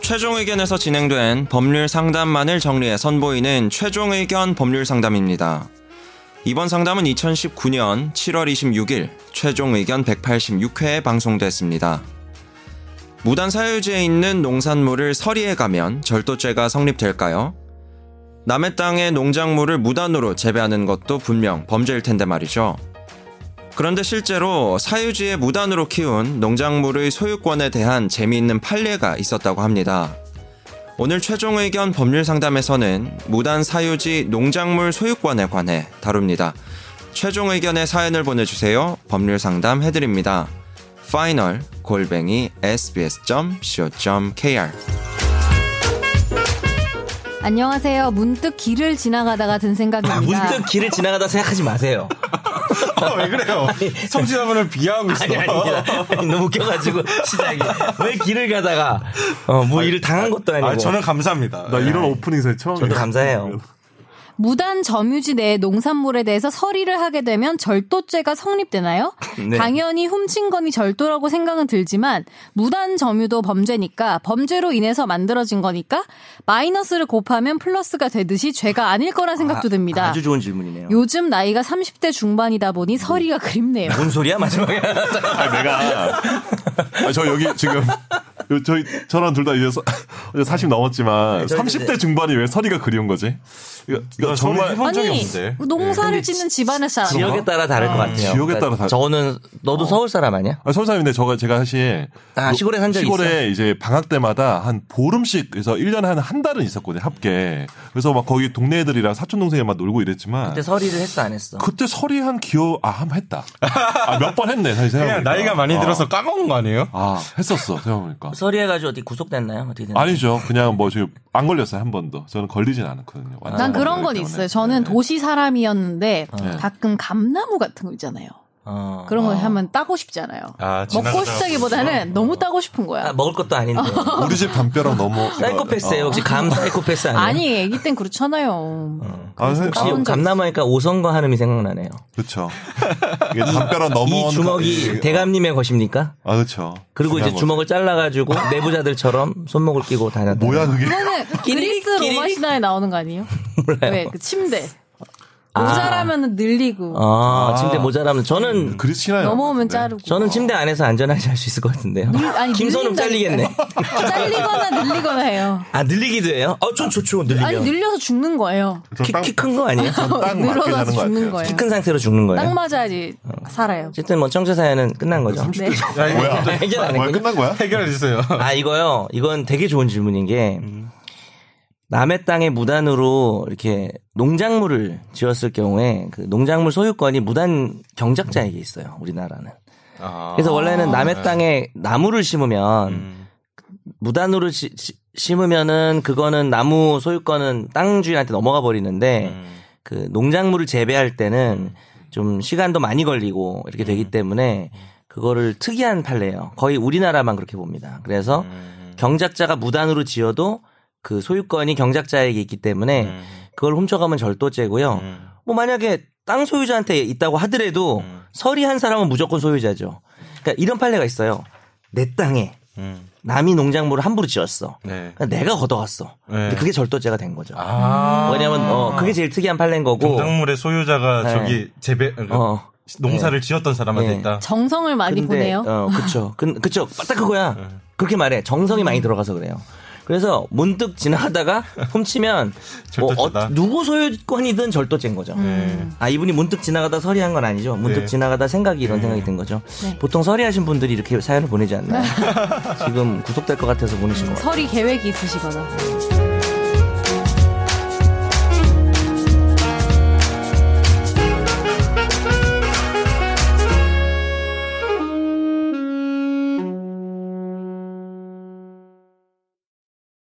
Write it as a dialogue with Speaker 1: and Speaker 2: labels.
Speaker 1: 최종 의견에서 진행된 법률 상담만을 정리해 선보이는 최종 의견 법률 상담입니다. 이번 상담은 2019년 7월 26일 최종 의견 186회에 방송됐습니다. 무단 사유지에 있는 농산물을 서리에 가면 절도죄가 성립될까요? 남의 땅에 농작물을 무단으로 재배하는 것도 분명 범죄일 텐데 말이죠. 그런데 실제로 사유지에 무단으로 키운 농작물의 소유권에 대한 재미있는 판례가 있었다고 합니다. 오늘 최종 의견 법률 상담에서는 무단 사유지 농작물 소유권에 관해 다룹니다. 최종 의견의 사연을 보내주세요. 법률 상담 해드립니다. 파이널 골뱅이 sbs.co.kr
Speaker 2: 안녕하세요. 문득 길을 지나가다가 든 생각입니다.
Speaker 3: 아, 문득 길을 지나가다 생각하지 마세요.
Speaker 4: 아, 왜 그래요? 성취자분을 비하하고 있어.
Speaker 3: 네, 아니, 아니, 아니, 너무 웃겨가지고, 시작이. 왜 길을 가다가, 어, 뭐 일을 당한 것도 아니고.
Speaker 4: 아, 저는 감사합니다.
Speaker 5: 나 이런 오프닝에서 처음.
Speaker 3: 저도 감사해요.
Speaker 2: 무단 점유지 내 농산물에 대해서 서리를 하게 되면 절도죄가 성립되나요?
Speaker 3: 네.
Speaker 2: 당연히 훔친 건이 절도라고 생각은 들지만 무단 점유도 범죄니까 범죄로 인해서 만들어진 거니까 마이너스를 곱하면 플러스가 되듯이 죄가 아닐 거라 생각도 듭니다.
Speaker 3: 아주 좋은 질문이네요. 음.
Speaker 2: 요즘 나이가 30대 중반이다 보니 서리가 그립네요.
Speaker 3: 뭔 소리야, 마지막에.
Speaker 5: 아, 내가. 아, 저 여기 지금. 요- 저희 저랑 둘 다 이제 서- 이제 40 넘었지만
Speaker 3: 네, 저희
Speaker 5: 30대 중반이 왜 서리가 그리운 거지? 이거, 이거
Speaker 4: 이거 정말
Speaker 5: 정말
Speaker 4: 해본 적이
Speaker 2: 아니
Speaker 4: 아, 없는데.
Speaker 2: 농사를 짓는 집안에서 잘
Speaker 3: 네, 지역에 따라 다를 어. 것 같아요. 그러니까
Speaker 5: 지역에 따라 다르-
Speaker 3: 저는, 너도 서울 사람 아니야?
Speaker 5: 아, 서울사람인데 저가 제가 사실
Speaker 3: 아,
Speaker 5: 노-
Speaker 3: 시골에 산적
Speaker 5: 시골에 이제 방학 때마다 한 보름씩 그래서 1년에 한 한 달은 있었거든요. 합계. 그래서 막 거기 동네 애들이랑 사촌 동생이랑 막 놀고 이랬지만
Speaker 3: 그때
Speaker 5: 그때,
Speaker 3: 서리를 했어, 안 했어?
Speaker 5: 서리한 기억 아 한 번 했다. 아, 몇 번 했네. 사실
Speaker 4: 그냥
Speaker 5: 생각해보니까.
Speaker 4: 나이가 많이
Speaker 5: 아,
Speaker 4: 들어서 까먹은 거 아니에요?
Speaker 5: 아, 했었어. 생각해보니까.
Speaker 3: 서리해가지고 어디 구속됐나요? 어떻게
Speaker 2: 예.
Speaker 3: 됐나요?
Speaker 5: 아니죠. 그냥 뭐 지금 안 걸렸어요 한 번도. 저는 걸리진 않았거든요.
Speaker 3: 아,
Speaker 5: 완전
Speaker 2: 난
Speaker 5: 안
Speaker 2: 그런
Speaker 5: 걸리기
Speaker 2: 건
Speaker 5: 때문에.
Speaker 2: 있어요. 저는
Speaker 5: 네.
Speaker 2: 도시 사람이었는데
Speaker 5: 네.
Speaker 2: 가끔 감나무 같은 거 있잖아요.
Speaker 3: 어.
Speaker 2: 그런 걸 하면 따고 싶지 않아요.
Speaker 4: 아,
Speaker 2: 먹고
Speaker 4: 지나가다가
Speaker 2: 싶다기보다는 너무 따고 싶은
Speaker 3: 아,
Speaker 2: 거야.
Speaker 3: 먹을 것도 아닌데.
Speaker 5: 우리 집 담벼락 너무
Speaker 3: 사이코패스예요 혹시 감 사이코패스 아니에요?
Speaker 2: 아니, 애기 땐 그렇잖아요.
Speaker 3: 어.
Speaker 5: 아,
Speaker 3: 혹시
Speaker 2: 아,
Speaker 3: 감남하니까 오성과 한음이 생각나네요.
Speaker 5: 그렇죠. 이게 담벼락 넘어
Speaker 3: 이 주먹이 대감님의 것입니까?
Speaker 5: 아, 그렇죠.
Speaker 3: 그리고 이제 주먹을 잘라가지고 내부자들처럼 손목을 끼고 다녔다.
Speaker 5: 어? 뭐야 그게?
Speaker 2: 그거는 그리스 로마 신화에 나오는 거 아니에요?
Speaker 3: 몰라요.
Speaker 2: 왜? 그 침대. 모자라면 늘리고,
Speaker 3: 아, 침대 모자라면 저는
Speaker 5: 그리스 신화요. 네.
Speaker 2: 넘어오면 자르고.
Speaker 3: 네. 저는 침대 안에서 안전하게 할 수 있을 것 같은데요.
Speaker 2: 늘- 아니, 어,
Speaker 3: 김선욱 잘리겠네.
Speaker 2: 잘리거나 늘리거나 해요.
Speaker 3: 아 늘리기도 해요? 어좀 좋죠
Speaker 2: 아니,
Speaker 3: 늘리면.
Speaker 2: 늘려서 죽는 거예요.
Speaker 3: 키큰 거 아니에요?
Speaker 5: 딱 맞게
Speaker 2: 늘어서
Speaker 5: 자는 것
Speaker 2: 죽는
Speaker 5: 같아요.
Speaker 2: 거예요.
Speaker 3: 키 큰 상태로 죽는
Speaker 2: 딱
Speaker 3: 거예요.
Speaker 2: 맞아야지 살아요.
Speaker 3: 어쨌든 뭐 청취 사연은 끝난 거죠.
Speaker 2: 네.
Speaker 4: 야, 이거
Speaker 5: 뭐야?
Speaker 3: 해결 안
Speaker 5: 아, 뭐야
Speaker 3: 했군요.
Speaker 5: 끝난 거야?
Speaker 4: 해결해 주세요.
Speaker 3: 아 이거요. 이건 되게 좋은 질문인 게 남의 땅에 무단으로 이렇게 농작물을 지었을 경우에 그 농작물 소유권이 무단 경작자에게 있어요. 우리나라는. 그래서 원래는 남의 땅에 나무를 심으면 무단으로 시- 시- 심으면은 그거는 나무 소유권은 땅 주인한테 넘어가 버리는데 그 농작물을 재배할 때는 좀 시간도 많이 걸리고 이렇게 되기 때문에 그거를 특이한 판례예요. 거의 우리나라만 그렇게 봅니다. 그래서 경작자가 무단으로 지어도 그 소유권이 경작자에게 있기 때문에 그걸 훔쳐가면 절도죄고요. 뭐 만약에 땅 소유자한테 있다고 하더라도 서리한 사람은 무조건 소유자죠. 그러니까 이런 판례가 있어요. 내 땅에 남이 농작물을 함부로 지었어.
Speaker 4: 음, 네.
Speaker 3: 그러니까 내가 걷어갔어. 근데 그게 절도죄가 된 거죠.
Speaker 4: 아.
Speaker 3: 왜냐면 어, 그게 제일 특이한 판례인 거고.
Speaker 4: 농작물의 뭐, 소유자가
Speaker 3: 네.
Speaker 4: 저기 재배 그
Speaker 3: 어.
Speaker 4: 농사를 지었던 사람한테
Speaker 3: 네.
Speaker 4: 있다.
Speaker 2: 정성을 많이 보내요.
Speaker 3: 어, 그쵸. 그, 그쵸. 딱 그거야.
Speaker 4: 네.
Speaker 3: 그렇게 말해. 정성이
Speaker 2: 음.
Speaker 3: 많이 들어가서 그래요. 그래서 문득 지나가다가 훔치면 뭐
Speaker 4: 절도죄다.
Speaker 3: 어, 누구 소유권이든 절도죄인 거죠.
Speaker 2: 음.
Speaker 3: 아 이분이 문득 지나가다 서리한 건 아니죠. 문득
Speaker 4: 네.
Speaker 3: 지나가다 생각이 이런 생각이 든 거죠.
Speaker 2: 네.
Speaker 3: 보통 서리하신 분들이
Speaker 2: 음,
Speaker 3: 이렇게 사연을 보내지 않나요? 지금 구속될 것 같아서 보내신 것 같아요.
Speaker 2: 설이 계획이 있으시거나.